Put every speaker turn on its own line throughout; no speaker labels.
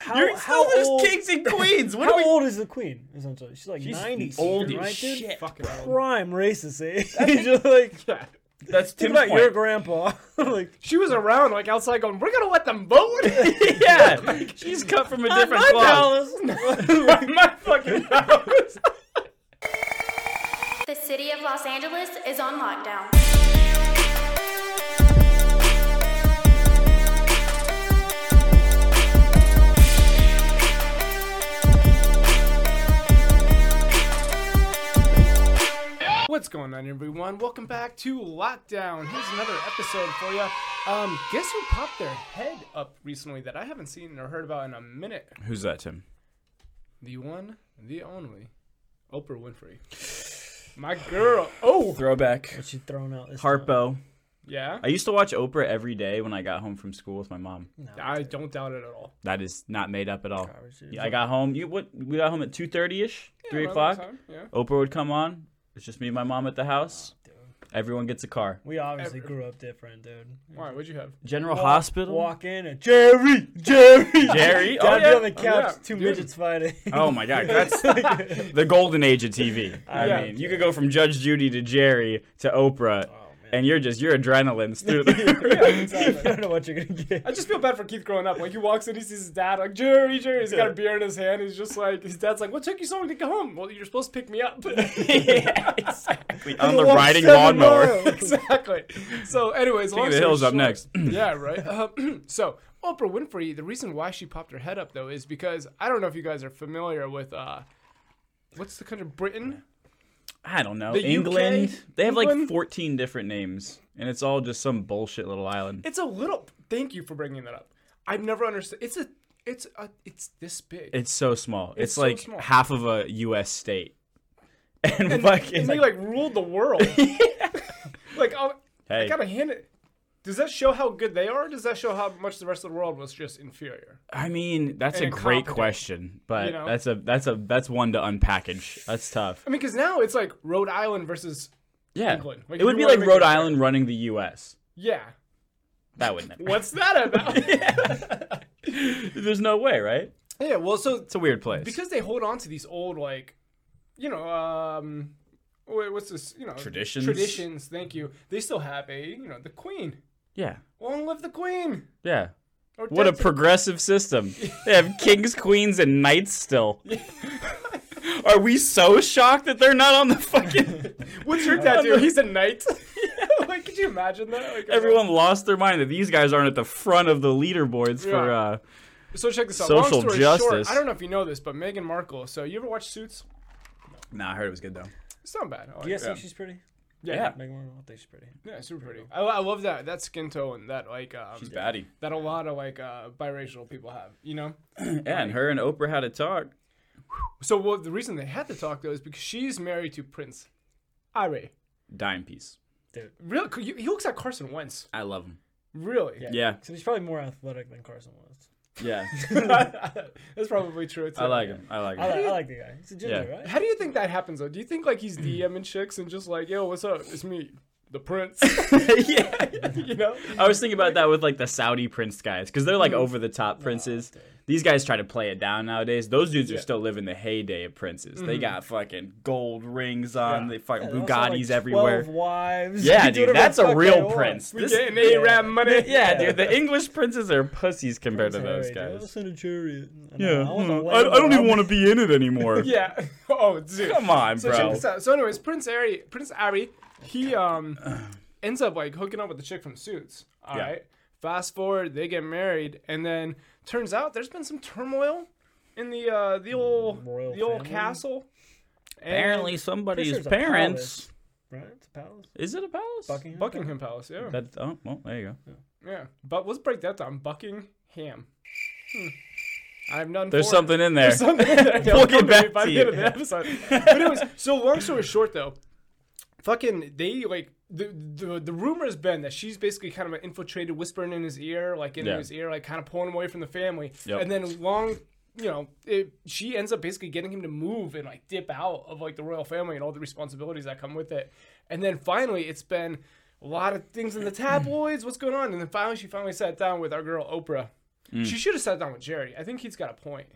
how,
You're
how
still just
old,
kings and queens. What
how
are we?
old is the queen? Essentially, she's like
She's
ninety.
old
right,
as
dude?
shit.
Fucking hell.
Prime racist age. Just like
Yeah.
That's
think
Tim's
about
point.
your grandpa. like
She was around, like outside, going, "We're gonna let them vote."
yeah, she's cut from a different
my
cloth.
palace.
my fucking house.
The city of Los Angeles is on lockdown.
What's going on, everyone? Welcome back to Lockdown. Here's another episode for you. Um, guess who popped their head up recently that I haven't seen or heard about in a minute?
Who's that, Tim?
The one, the only, Oprah Winfrey. My girl. Oh,
Throwback.
She's thrown out. This
Harpo.
yeah.
I used to watch Oprah every day when I got home from school with my mom.
I don't doubt it at all.
That is not made up at all.
Garbage, dude.
Yeah, I got home. You what? We got home at two thirty ish, three
Around
o'clock.
that time, Yeah.
Oprah would come on. It's just me and my mom at the house.
Oh, dude.
Everyone gets a car.
We obviously
Ever.
grew up different, dude.
Why? What'd you have?
General
Walk-
Hospital.
Walk in and Jerry, Jerry,
Um, Jerry? Oh,
Gotta
yeah.
be on the couch.
yeah,
Two
dude.
midgets fighting.
Oh my god, that's the golden age of TV. I
Yeah.
mean, you could go from Judge Judy to Jerry to Oprah,
Oh,
and you're just your adrenaline's through the
I don't know what you're gonna get.
I just feel bad for Keith growing up. Like he walks in, he sees his dad, like Jerry, Jerry. He's got a beer in his hand. He's just like, his dad's like, "What took you so long to come home? Well, you're supposed to pick me up."
on the
Walk
riding
seven
lawnmower.
miles.
exactly. So, anyways,
King
long
of the
story
Hills up
short-
next.
yeah, right. Uh, so, Oprah Winfrey. The reason why she popped her head up though is because I don't know if you guys are familiar with uh, what's the country? Britain.
I don't know.
The UK?
England. They have like
England?
14 different names, and it's all just some bullshit little island.
It's a little. Thank you for bringing that up. I've never understood. It's a. It's a. It's this big.
It's so small. It's,
It's so
like
small.
half of a U.S. state. And, fucking,
and they like ruled the world. like oh, i
Hey.
I gotta hand it. Does that show how good they are? Or does that show how much the rest of the world was just inferior?
I mean, that's a
and
great
incompetent,
question, but
you know?
that's a that's a that's one to unpackage. That's tough.
I mean, because now it's like Rhode Island versus
Yeah,
England. Like,
it
if
would
you
be
wanna
like
make
Rhode
it fair.
Island running the U.S.
yeah.
That would never.
What's that about? yeah.
There's no way, right?
Well, so
It's a weird place.
because they hold on to these old like, you know, um, wha- what's this? You know,
Traditions?
Traditions. Thank you. They still have a you know the queen.
yeah,
Long live the queen.
yeah.
Or
What a
dead to-
progressive system. They have kings, queens, and knights still. Are we so shocked that they're not on the fucking?
What's your tattoo? He's a knight. like, could you imagine that? Like,
Everyone lost their mind that these guys aren't at the front of the leaderboards for.
Yeah.
uh
So check this out.
Social
Long story
justice.
Short, I don't know if you know this, but Meghan Markle. So you ever watch Suits?
Nah, I heard it was good though.
It's not bad. I like
You guys
it.
think she's pretty?
yeah.
Yeah.
yeah,
Megan Markle, I think she's pretty.
super pretty. I, I love that that skin tone that like um,
She's baddie.
that a lot of like uh, biracial people have. You know.
Yeah, and her and Oprah had a talk.
So well, the reason they had to talk though is because she's married to Prince Ari.
Dime piece.
Real, you- he looks like Carson Wentz.
I love him.
Really?
Yeah,
So he's probably more athletic than Carson was.
yeah.
That's probably true. Too.
I like him. I like
I
him.
like, I like the guy. He's a ginger,
Yeah.
right?
How do you think that happens though? Do you think like he's DMing chicks and just like, yo, what's up? It's me, the Prince.
yeah.
you know?
I was thinking about that with like the Saudi prince guys because they're like over the top princes. These guys try to play it down nowadays. Those dudes are still living the heyday of princes. They got fucking gold rings on. They fucking
Also, like,
Bugattis
12
everywhere.
wives. You
Yeah,
can do
dude,
whatever the
that's a
fuck they
real
want.
prince.
We
This-
getting ARAM money.
yeah, dude, the English princes are pussies compared to
Sorry,
those
dude,
guys.
Listen to Chariot.
hmm. to be in it anymore.
Yeah. Oh, dude.
Come on,
So, check
bro.
this out. so anyways, Prince Ari, Prince Ari, he um ends up like hooking up with the chick from Suits. All right.
Yeah.
Fast forward, they get married, and then turns out there's been some turmoil in the uh the old
Royal
the old
family?
castle. And
Apparently,
Pretty
somebody's
sure it's a
parents.
Right? It's a palace.
Is it a palace?
Buckingham.
Buckingham Palace. Yeah.
That, oh, well, there you go.
Yeah, but let's break that down. Buckingham. Hmm. I have none.
There's
for it.
something in there.
There's something. there. It'll
We'll get
come me
back
by
to
the
you.
end of the episode. But anyways, so long story short, though, fucking they like the the the rumor has been that she's basically kind of infiltrated, whispering in his ear, like in
Yeah.
his ear, like kind of pulling him away from the family,
Yep.
and then long. You know, it, she ends up basically getting him to move and like dip out of like the royal family and all the responsibilities that come with it. And then finally, it's been a lot of things in the tabloids. What's going on? And then finally, she finally sat down with our girl Oprah,
Hmm.
She should have sat down with Jerry. I think he's got a point.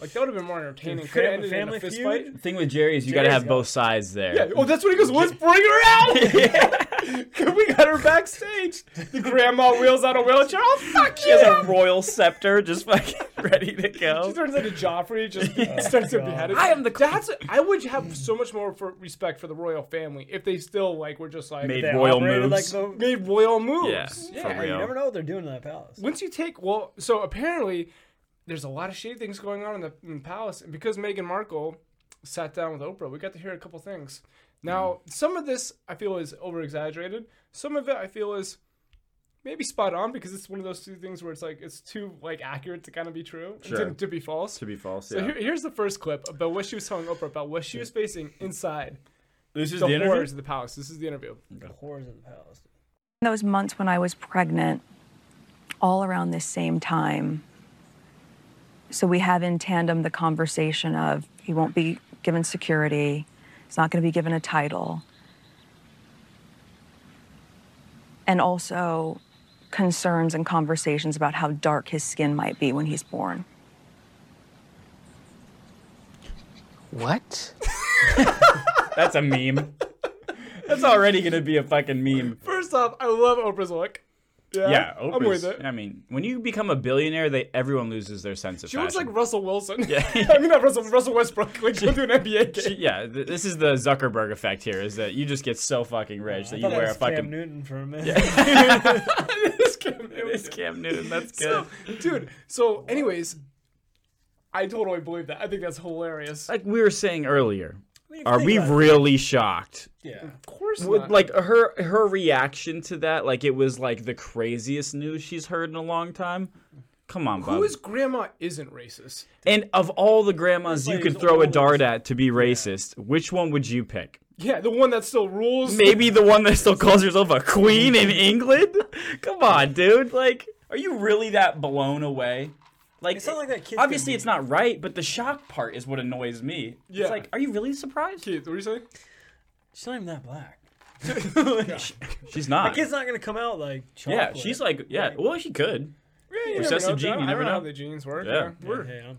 Like that would have been more entertaining.
Dude,
Hmm. Could
straight up
have ended
a
in a
family
fist
feud?
fight.
The thing with Jerry is you got to
Jerry's
have
got-
both sides there.
Yeah. Oh, that's what he goes. Let's bring her out. we got her backstage. The grandma wheels out a wheelchair. Oh fuck
She has
you!
a royal scepter just fucking ready to go.
She turns into Joffrey, just starts to
God.
behead it.
I am the queen.
That's. I would have so much more for respect for the royal family if they still like were just like
Made
they
They
royal
operated
moves.
Like the,
made royal moves.
Yeah,
yeah,
for real.
you never know what they're doing in that palace.
Once you take well, so apparently there's a lot of shady things going on in the, in the palace, and because Meghan Markle sat down with Oprah, we got to hear a couple things. Now,
Hmm.
some of this I feel is over exaggerated. Some of it I feel is maybe spot on because it's one of those two things where it's like it's too like accurate to kind of be true, and
Sure.
to, to be false.
To be false,
so here, here's the first clip about what she was telling Oprah about what
Hmm.
she was facing inside
this is
the, horrors of the palace. This is the interview.
The horrors of the palace.
those months when I was pregnant, all around this same time. So we have in tandem the conversation of he won't be given security, he's not going to be given a title. And also concerns and conversations about how dark his skin might be when he's born.
What?
That's a meme. That's already gonna be a fucking meme.
First off, I love Oprah's look. Yeah,
Yeah,
I'm with
Oprah's-
it.
I mean, when you become a billionaire, they everyone loses their sense of
She
fashion.
looks like Russell Wilson. I mean, not Russell, Russell Westbrook. Like, go to an NBA game.
She- yeah, th- this is the Zuckerberg effect here. Is that you just get so fucking rich that
I
you
thought that
wear a
was
fucking.
Cam Newton for a minute.
This game-
It is Cam Newton. That's good.
So, dude, so, anyways, I totally believe that. I think that's hilarious.
like we were saying earlier,
mean,
are
think
we
about it.
really shocked?
Yeah.
of course
With,
not.
like her her reaction to that, like it was like the craziest news she's heard in a long time. Come on, Bob.
Whose grandma isn't racist?
And of all the grandmas you
like
could
his
throw a
oldest.
dart at to be racist, which one would you pick?
Yeah, the one that still rules.
Maybe the one that still calls herself a queen in England? Come on, dude. Like, are you really that blown away? Like,
It's not like that kid's
obviously
gonna
it's not right, but the shock part is what annoys me.
Yeah.
It's like, are you really surprised?
Keith, what are you saying?
She's not even that black.
She's not.
Kid's not gonna come out like
Yeah,
chocolate.
she's like, yeah, well, she could.
Yeah, you
Recessive
never know,
gene,
John.
you
I
never
don't know how
know.
the genes work.
Yeah.
Yeah. We're-
Hey, I'm-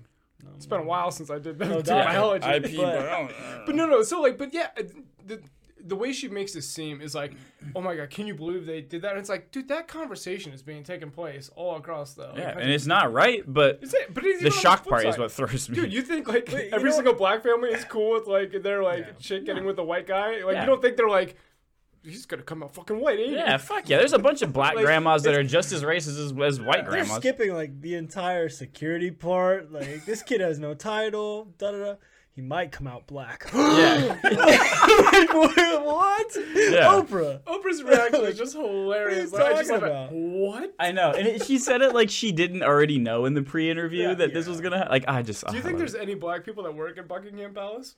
It's been a while since I did that
doubt.
biology.
IP,
but-
but I don't- I don't know.
But no, no. So like, but yeah, uh, the the way she makes this seem is like, oh my god, can you believe they did that? And it's like, dude, that conversation is being taken place all across the. like,
Yeah,
country.
and it's not right, but
Is it- but it's
the
even on
shock
flip
part is
side.
what throws me.
Dude, you think like
Wait, you
every
know
single black family is cool with like their like chick getting with a white guy? Like
Yeah.
you don't think they're like, he's gonna come out fucking white, ain't he?"
yeah, fuck yeah. There's a bunch of black
Like,
grandmas that are just as racist as, as white
They're
grandmas.
skipping like the entire security part. Like this kid has no title. Da da da. He might come out black.
Yeah.
Like, what? Oprah.
Oprah's reaction is just hilarious.
What are you
Like, I just
talking
love it.
about?
What?
I know, and it, she said it like she didn't already know in the pre-interview that this was gonna. ha- Like, I just.
Do you think there's any black people that work at Buckingham Palace?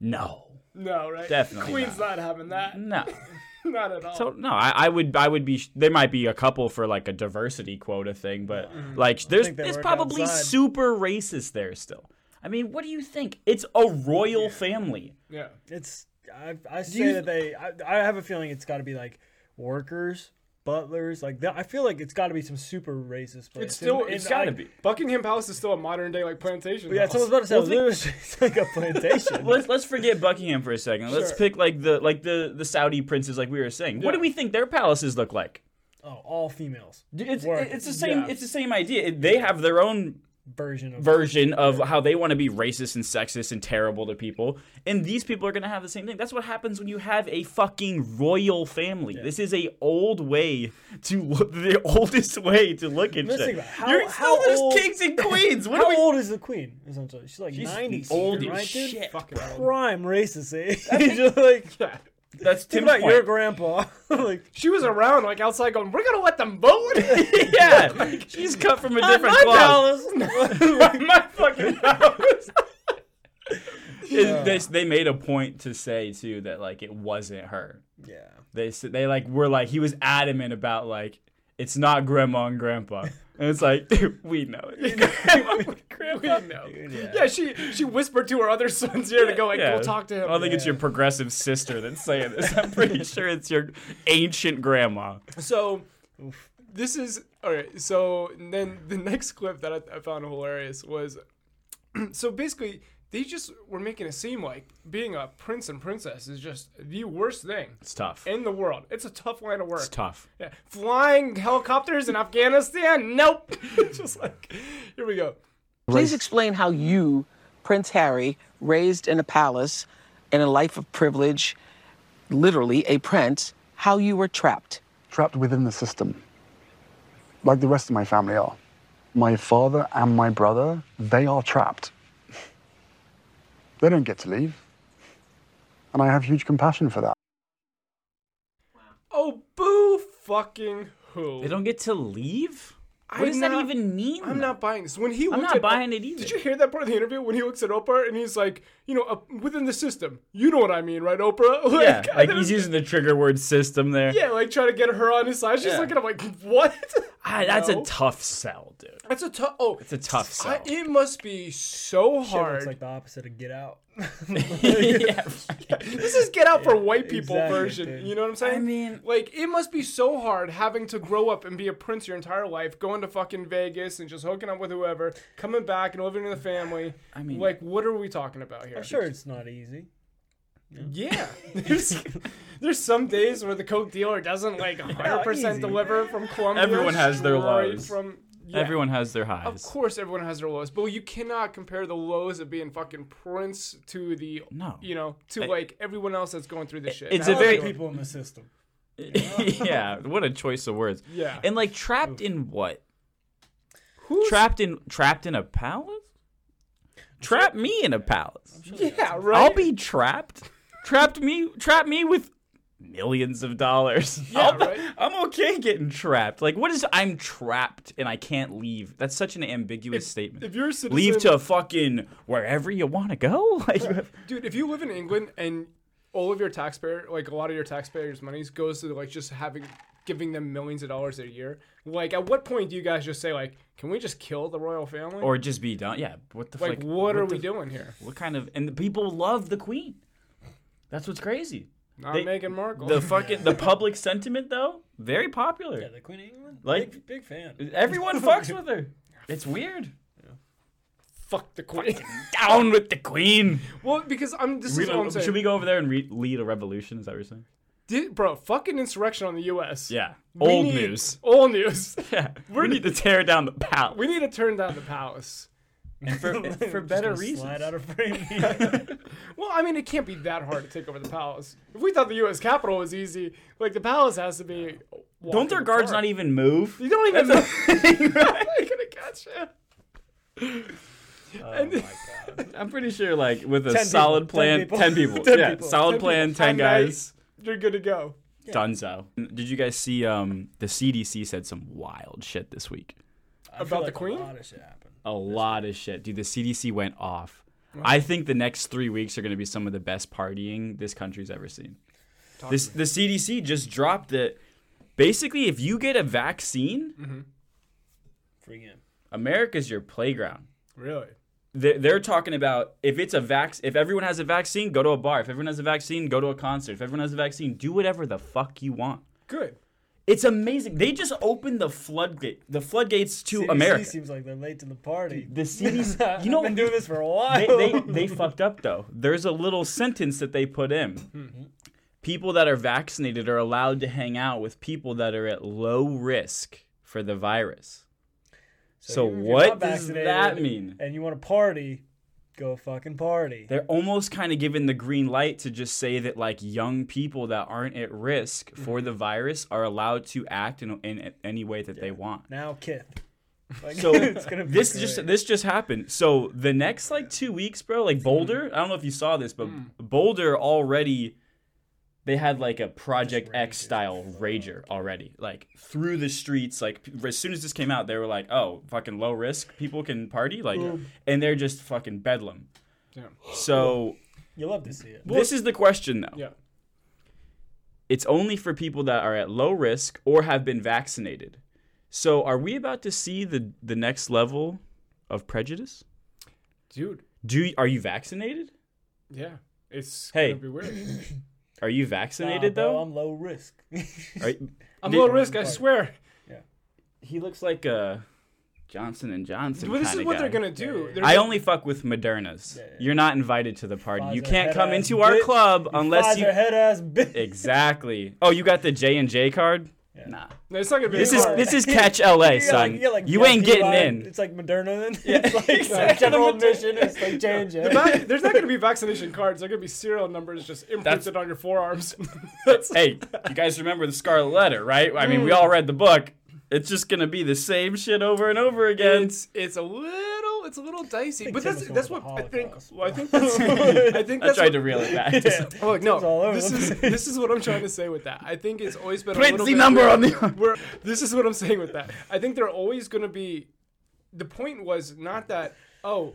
no,
No, right?
Definitely
Queen's not, having that.
no,
Not at all.
so no. I, I would, I would be. There might be a couple for like a diversity quota thing, but like, there's
think they
it's
work
probably
outside.
super racist there still. I mean, what do you think? It's a royal family.
yeah.
It's I I say
you-
that they I, I have a feeling it's got to be like workers, butlers, like that. I feel like it's got to be some super racist place.
It's still.
And-
it's
and
gotta
I-
be. Buckingham Palace is still a modern day like plantation.
Yeah, that's what I was
house.
about to say. I
Well,
was
think-
literally saying it's like a plantation.
Let's let's forget Buckingham for a second. Let's
Sure.
pick like the like the the Saudi princes, like we were saying. What do
Yeah.
we think their palaces look like?
oh, all females
It's
Work.
it's the same.
Yeah.
It's the same idea. It- They have their own
version of
version of how they want to be racist and sexist and terrible to people. And these people are going to have the same thing. That's what happens when you have a fucking royal family. This is a old way to look, the oldest way to look at
Let's
shit.
think about it.
You're
How-
still
how
just
old-
kings and queens. What
How
do we?
old is the queen? Essentially, she's like
She's
ninety.
old
something,
as
right, dude?
shit.
Fucking hell.
Prime racist age. Just like
Yeah.
That's
think
Tim's
about your
point.
grandpa. like
She was around like outside going, "We're gonna let them vote."
yeah, she's cut from a different cloth.
my fucking house.
It- They, they made a point to say too that like it wasn't her.
yeah.
they s- they like were like he was adamant about like it's not grandma and grandpa and it's like dude, we know it
Grandma, grandma, no. Yeah. she she whispered to her other son's ear to go like,
Yeah.
"Go talk to him."
i don't think it's your progressive sister that's saying this i'm pretty sure it's your ancient grandma
so. this is all right. So then the next clip that I, I found hilarious was so basically they just were making it seem like being a prince and princess is just the worst thing
It's tough.
in the world. It's a tough line of work.
It's tough.
Yeah. Flying helicopters in Afghanistan? Nope. just like here we go.
Please explain how you, Prince Harry, raised in a palace, in a life of privilege, literally a prince, how you were trapped.
trapped within the system, like the rest of my family are. My father and my brother, they are trapped. They don't get to leave. And I have huge compassion for that.
Oh boo fucking who.
They don't get to leave? What
I'm
does that
not-
even mean?
I'm not buying this. When he
I'm
looked
not
at-
buying it either.
Did you hear that part of the interview when he looks at Oprah and he's like, you know, uh, within the system. You know what I mean, right, Oprah? Like,
Yeah, like
that
he's
is-
using the trigger word system there.
yeah, like trying to get her on his side. She's
Yeah.
looking. I'm like, what?
Ah, that's
No.
a tough sell, dude.
That's a tough. Oh, it's
a tough sell.
it must be so
Shit looks
hard.
like the opposite of Get Out.
yeah,
this is get out for white people
exactly,
version.
dude.
You know what I'm saying?
I mean-
like, it must be so hard having to grow up and be a prince your entire life, going to fucking Vegas and just hooking up with whoever, coming back and living in the family. I
mean-
like, what are we talking about here?
I'm sure it's not easy.
Yeah. There's, there's some days where the coke dealer doesn't like 100%
easy.
deliver from Colombia.
Everyone has their
straight
lows.
From, yeah.
Everyone has their
Of
highs.
course, everyone has their lows, but you cannot compare the lows of being fucking prince to the
No.
you know, to like everyone else that's going through this shit.
it's
Now,
a
All
very-
the people in the system.
yeah, what a choice of words.
Yeah.
And like trapped in what?
who's-
Trapped in trapped in a palace? Trap me in a palace.
Yeah, right.
I'll be trapped. Trapped me. Trap me with millions of dollars. I'll be-
right?
I'm okay getting trapped. Like, what is I'm trapped and I can't leave? That's such an ambiguous statement.
if you're a citizen-
leave to fucking wherever you want to go. Like,
dude. If you live in England and all of your taxpayer, like a lot of your taxpayers' monies goes to like just having giving them millions of dollars a year. Like, at what point do you guys just say like, can we just kill the royal family?
or just be done. Yeah. What the
like,
fuck?
what, are we
the-
doing here?
What kind of? And the people love the queen. That's what's crazy.
Not
They-
Meghan Markle.
The fucking the public sentiment though very popular.
Yeah, the Queen of England.
Like-
big, big fan.
Everyone fucks with her. It's weird.
fuck the queen.
Down with the queen.
well, because I'm. This is what I'm saying.
should we go over there and re- lead a revolution? Is that what you're saying?
Did, bro, fucking insurrection on the U.S.
Yeah.
We
Old
need-
news.
Old news.
Yeah. We need to tear down the palace.
we need to turn down the palace.
And for, and for
Just
better
gonna Slide out
reasons.
of frame.
Well, I mean, it can't be that hard to take over the palace. If we thought the U.S. Capitol was easy, like the palace has to be.
Don't their guards not even move?
You don't even. They're gonna catch you. and
I'm pretty sure, like, with a
Ten
solid
people.
plan,
Ten people.
10 people.
Ten
yeah,
people.
solid
Ten
plan,
people.
10
Ten night.
guys.
you're good to go.
Dunzo. Did you guys see um, the CDC said some wild shit this week?
About the Queen?
A lot of shit happened.
A lot of shit. Dude, the CDC went off. I think the next three weeks are going to be some of the best partying this country's ever seen. This, the CDC just dropped that basically, if you get a vaccine,
Free game.
America's your playground.
Really?
They're, they're talking about if it's a vac, if everyone has a vaccine, go to a bar. If everyone has a vaccine, go to a concert. If everyone has a vaccine, do whatever the fuck you want.
Good.
It's amazing. They just opened the floodgate, the floodgates to
CDC
America.
seems like they're late to the party.
the CDC, you know,
I've been doing this for a while.
they, they, they fucked up though. There's a little sentence that they put in. People that are vaccinated are allowed to hang out with people that are at low risk for the virus. So,
even if you're
what
not
does
vaccinated
that mean?
And you want to party? Go fucking party.
They're almost kind of given the green light to just say that like young people that aren't at risk for
Mm-hmm.
the virus are allowed to act in, in any way that they want.
Now Kith. Like,
So
gonna be
this just
great. Hmm.
this just happened. So the next like two weeks, bro, like Boulder. I don't know if you saw this, but Boulder already they had like a Project X style rager already, like through the streets. Like p- as soon as this came out, they were like, "Oh, fucking low risk, people can party," like, and they're just fucking bedlam.
Damn.
So
you love to see it.
this is the question though.
Yeah.
It's only for people that are at low risk or have been vaccinated. So are we about to see the the next level of prejudice?
Dude.
Do you, are you vaccinated?
Yeah. It's
Hey.
gonna be weird.
Are you
Nah,
vaccinated
bro,
though?
I'm low risk.
Are you-
I'm
Did-
low risk. I swear.
he looks like a Johnson and Johnson.
Well, this is
kinda
what
guy.
they're gonna do. They're
I
gonna-
only fuck with Modernas.
yeah.
You're not invited to the party. You
Pfizer
can't come
head-ass
into our
bitch.
club unless you.
head ass bitch.
Exactly. Oh, you got the J and J card? Nah.
No, it's not gonna be.
This is
hard.
this is catch LA,
You got, like-
son.
got, like,
You ain't
VIP
getting
line.
in.
It's like Moderna then. Yeah, it's like general admission. It's like J and J.
Not- there's not gonna be vaccination cards. They're gonna be serial numbers just imprinted on your forearms. That's-
Hey, you guys remember the Scarlet Letter, right? I mean, we
Mm.
all read the book. It's just gonna be the same shit over and over again.
it's it's a little it's a little dicey, but
Tim
that's
was
that's
going
what
for
I think.
Holocaust.
Well, I think that's, I think
I
that's
tried
what,
to reel it back.
Oh, look, no,
It's all over
this
the
is
place.
this is what I'm trying to say with that. I think it's always been a
Print
little
the
bit-
number on the.
We're, this is what I'm saying with that. I think they're always going to be. The point was not that oh,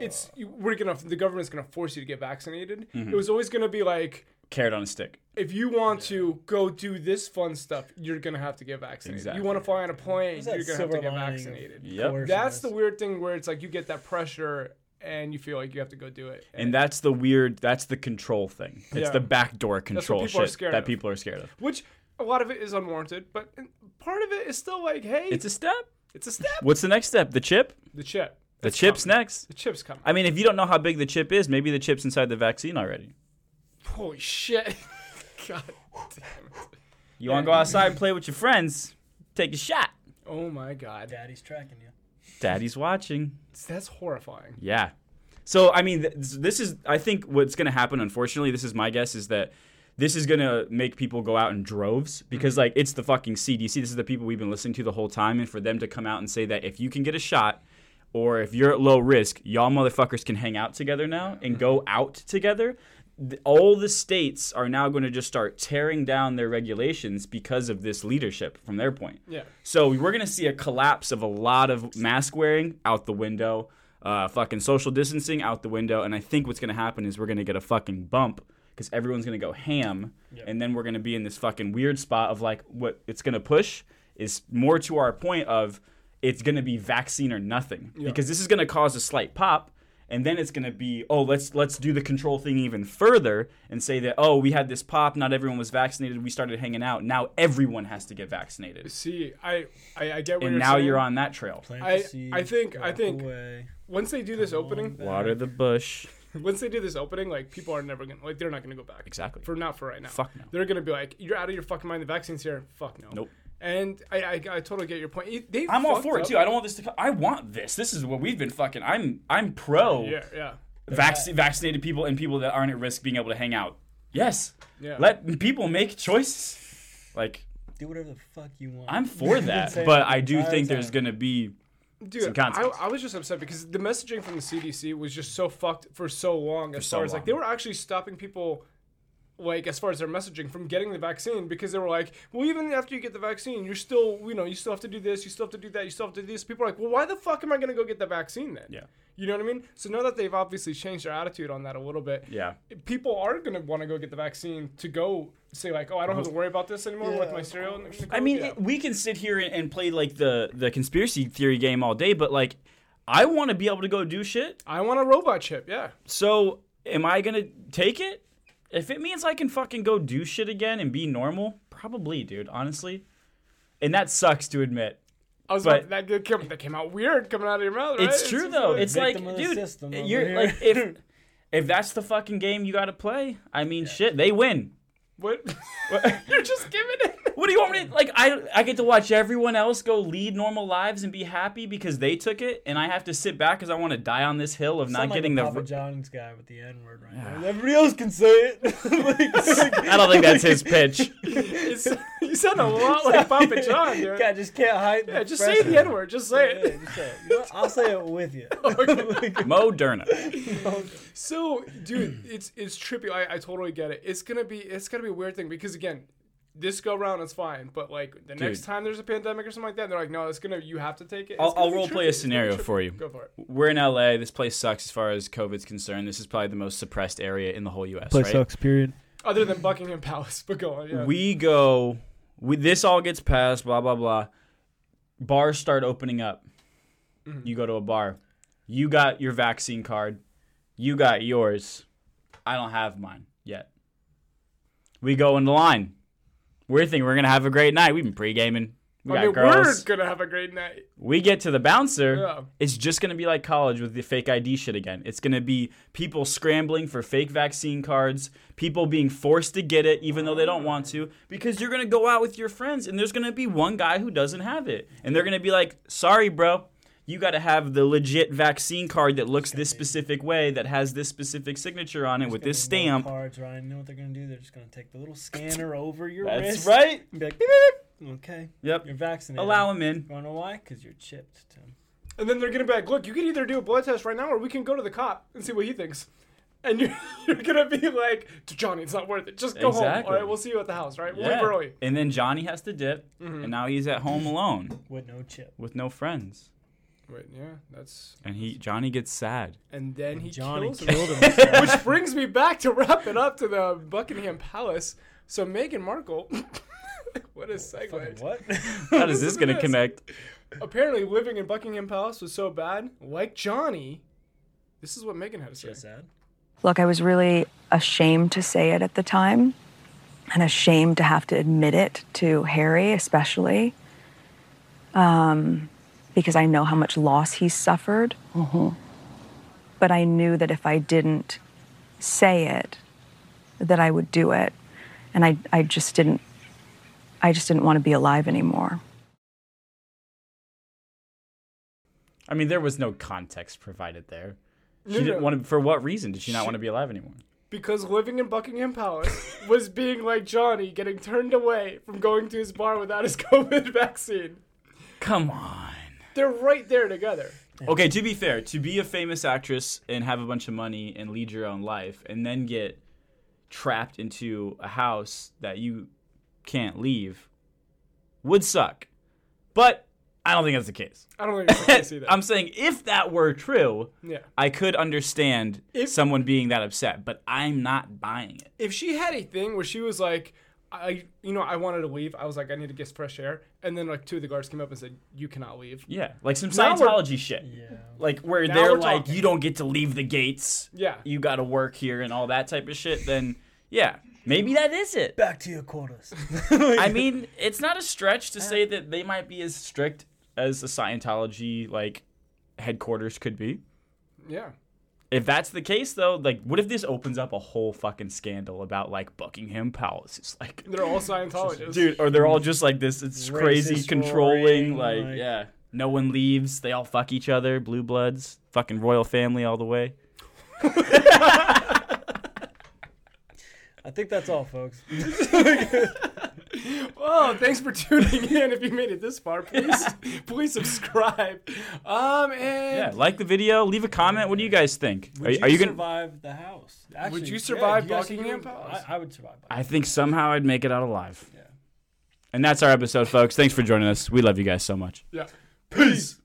it's you- we're gonna the government's gonna force you to get vaccinated.
Mm-hmm.
It was always going to be like
Carrot on a stick.
if you want to go do this fun stuff, you're gonna have to get vaccinated.
Exactly.
You want to fly on a plane,
that
you're gonna have
silver
to get
lining of
vaccinated.
Yep.
coercion
That's
is-
the weird thing where it's like you get that pressure and you feel like you have to go do it.
And that's the weird. That's the control thing. It's
Yeah.
the backdoor control
people are
shit
scared
that
of.
people are scared of.
which a lot of it is unwarranted, but part of it is still like, hey,
It's a step.
it's a step.
What's the next step? The chip.
The chip.
The chip's next.
The chip's coming.
I mean, if you don't know how big the chip is, maybe the chip's inside the vaccine already.
Holy shit. God damn it.
You want to go outside and play with your friends? Take a shot.
Oh my god.
Daddy's tracking you.
Daddy's watching.
That's, that's horrifying.
Yeah. So I mean, th- this is I think what's going to happen. Unfortunately, this is my guess is that this is going to make people go out in droves because like it's the fucking CDC. This is the people we've been listening to the whole time, and for them to come out and say that if you can get a shot. Or if you're at low risk, y'all motherfuckers can hang out together now and go out together. Th- All the states are now going to just start tearing down their regulations because of this leadership from their point.
Yeah.
So we're gonna see a collapse of a lot of mask wearing out the window, uh, fucking social distancing out the window, and I think what's gonna happen is we're gonna get a fucking bump because everyone's gonna go ham, and then we're gonna be in this fucking weird spot of like what it's gonna push is more to our point of it's gonna be vaccine or nothing because this is gonna cause a slight pop. And then it's gonna be oh let's let's do the control thing even further and say that oh we had this pop not everyone was vaccinated we started hanging out now everyone has to get vaccinated
See, I I, I get what
and
you're
now
saying.
you're on that trail.
I- I think- I think- Once they do this opening,
Water the bush.
once they do this opening, like people are never gonna like they're not gonna go back.
Exactly.
For not for right now.
Fuck no.
They're gonna be like, you're out of your fucking mind. The vaccine's here. Fuck no.
Nope.
And I, I, I totally get your point. You- They
I'm all
fucked
for it
up-
too. I don't want this to. Co- I want this. This is what we've been fucking. I'm I'm pro
Yeah, yeah.
vac- vaccinated people and people that aren't at risk being able to hang out. Yes.
Yeah.
Let people make choices. Like
Do whatever the fuck you want.
I'm for that,
saying
but
that
I
the
do
entire
think there's
time.
gonna be some
Dude, I,
context.
I was just upset because the messaging from the CDC was just so fucked for so long. As
so
far as like
long.
they were actually stopping people, like as far as their messaging from getting the vaccine because they were like, well, even after you get the vaccine, you're still, you know, you still have to do this, you still have to do that, you still have to do this. People are like, well, why the fuck am I gonna go get the vaccine then?
Yeah.
You know what I mean? So now that they've obviously changed their attitude on that a little bit,
Yeah.
people are gonna want to go get the vaccine to go say like, oh, I don't have to worry about this anymore with my cereal. and-
I mean,
Yeah.
it, we can sit here and, and play like the the conspiracy theory game all day, but like, I want to be able to go do shit.
I want a robot chip. Yeah.
So am I gonna take it? If it means I can fucking go do shit again and be normal, probably, dude. Honestly, and that sucks to admit.
I was
But-
like, that, that, came, that came out weird coming out of your mouth, right?
It's true though. It's like,
Victim of the
dude,
system over
you're
here.
like if if that's the fucking game you got to play. I mean, shit, they win.
What?
What-
You're just giving it.
What do you want me to like? I I get to watch everyone else go lead normal lives and be happy because they took it, and I have to sit back because I want to die on this hill of not
Sound like
getting
the
the.
Papa John's guy with the N word right now. Everybody else can say it. like,
I don't think that's his pitch.
It's, you sound a lot like Papa John, dude.
God, just can't hide.
yeah, just say the N word. Just say it.
I'll say it with you.
Moderna.
So, dude, it's it's trippy. I, I totally get it. It's gonna be it's gonna be a weird thing because again, this go round is fine, but like the next time there's a pandemic or something like that, they're like, no, it's gonna you have to take it. It's
I'll,
gonna
I'll
be
role
trippy.
play a
It's gonna be
scenario
trippy.
for you.
Go for it.
we're in LA. This place sucks as far as COVID's concerned. This is probably the most suppressed area in the whole U.S. right?
Period.
Other than Buckingham Palace, but go on. Yeah.
We go. We, this all gets passed. Blah blah blah. Bars start opening up.
Mm-hmm.
You go to a bar. You got your vaccine card. You got yours. I don't have mine yet. We go in the line. We're thinking we're gonna have a great night. We've been pre gaming. We
I
got
mean,
girls.
we're gonna have a great night.
We get to the bouncer.
Yeah.
It's just going to be like college with the fake ID shit again. It's going to be people scrambling for fake vaccine cards, people being forced to get it even though they don't want to, because you're going to go out with your friends and there's going to be one guy who doesn't have it. And they're going to be like, sorry, bro. You got to have the legit vaccine card that looks this specific way, that has this specific signature on it with this
There's no
stamp.
Cards, Ryan. You know what they're gonna do? They're just gonna take the little scanner over your wrist.
That's right.
And be like, beep, beep, beep. okay.
Yep.
You're vaccinated.
Allow him in.
You wanna know why? Because you're chipped, Tim.
And then they're gonna be like, look, you can either do a blood test right now, or we can go to the cop and see what he thinks. And you're, you're gonna be like, to Johnny, it's not worth it. Just go home.
Exactly.
All right, we'll see you at the house. Right, we'll
Yeah.
leave early.
And then Johnny has to dip,
Mm-hmm.
and now he's at home alone
With no chip.
with no friends.
Wait, yeah, that's.
And he Johnny gets sad.
And then he
Johnny
kills
killed
him.
himself.
Which brings me back to wrap it up to the Buckingham Palace. So Meghan Markle, what a segue.
Oh, what?
How is this going to connect?
Apparently, living in Buckingham Palace was so bad, like Johnny. This is what Meghan had to say.
That's sad.
Look, I was really ashamed to say it at the time and ashamed to have to admit it to Harry, especially, um, because I know how much loss he suffered. But I knew that if I didn't say it, that I would do it. And I, I just didn't, I just didn't want to be alive anymore.
I mean, there was no context provided there. She
No,
didn't
no.
want to. For what reason did she not want to be alive anymore?
because living in Buckingham Palace was being like Johnny, getting turned away from going to his bar without his COVID vaccine.
Come on.
They're right there together.
Okay, to be fair, to be a famous actress and have a bunch of money and lead your own life, and then get trapped into a house that you can't leave, would suck. But I don't think that's the case.
I don't think I see that.
I'm saying if that were true,
yeah.
I could understand
If-
someone being that upset, but I'm not buying it.
If she had a thing where she was like, I, you know, I wanted to leave. I was like, I need to get fresh air, and then like two of the guards came up and said, "You cannot leave."
Yeah, like some
Now we're-
Scientology shit.
Yeah.
like where
Now
they're
we're
like
talking.
you don't get to leave the gates
Yeah.
you gotta work here and all that type of shit then yeah maybe that is it
Back to your quarters.
i mean it's not a stretch to say that they might be as strict as the scientology like headquarters could be
Yeah.
if that's the case though like what if this opens up a whole fucking scandal about like buckingham palace it's like
They're all Scientologists.
dude or they're all just like this it's crazy
Racist roaring,
controlling like,
like-
yeah no one leaves they all fuck each other blue bloods fucking royal family all the way
I think that's all, folks.
Oh, thanks for tuning in. If you made it this far, please please subscribe. Um
Yeah,
and
like the video, leave a comment. What do you guys think? Are,
Would you,
are you gonna?
survive the house? Actually,
you
yeah,
survive
you guys
Buckingham
could-
Palace?
I, I would survive. Buckingham.
I think somehow I'd make it out alive.
Yeah.
And that's our episode, folks. Thanks for joining us. We love you guys so much.
yeah. Peace.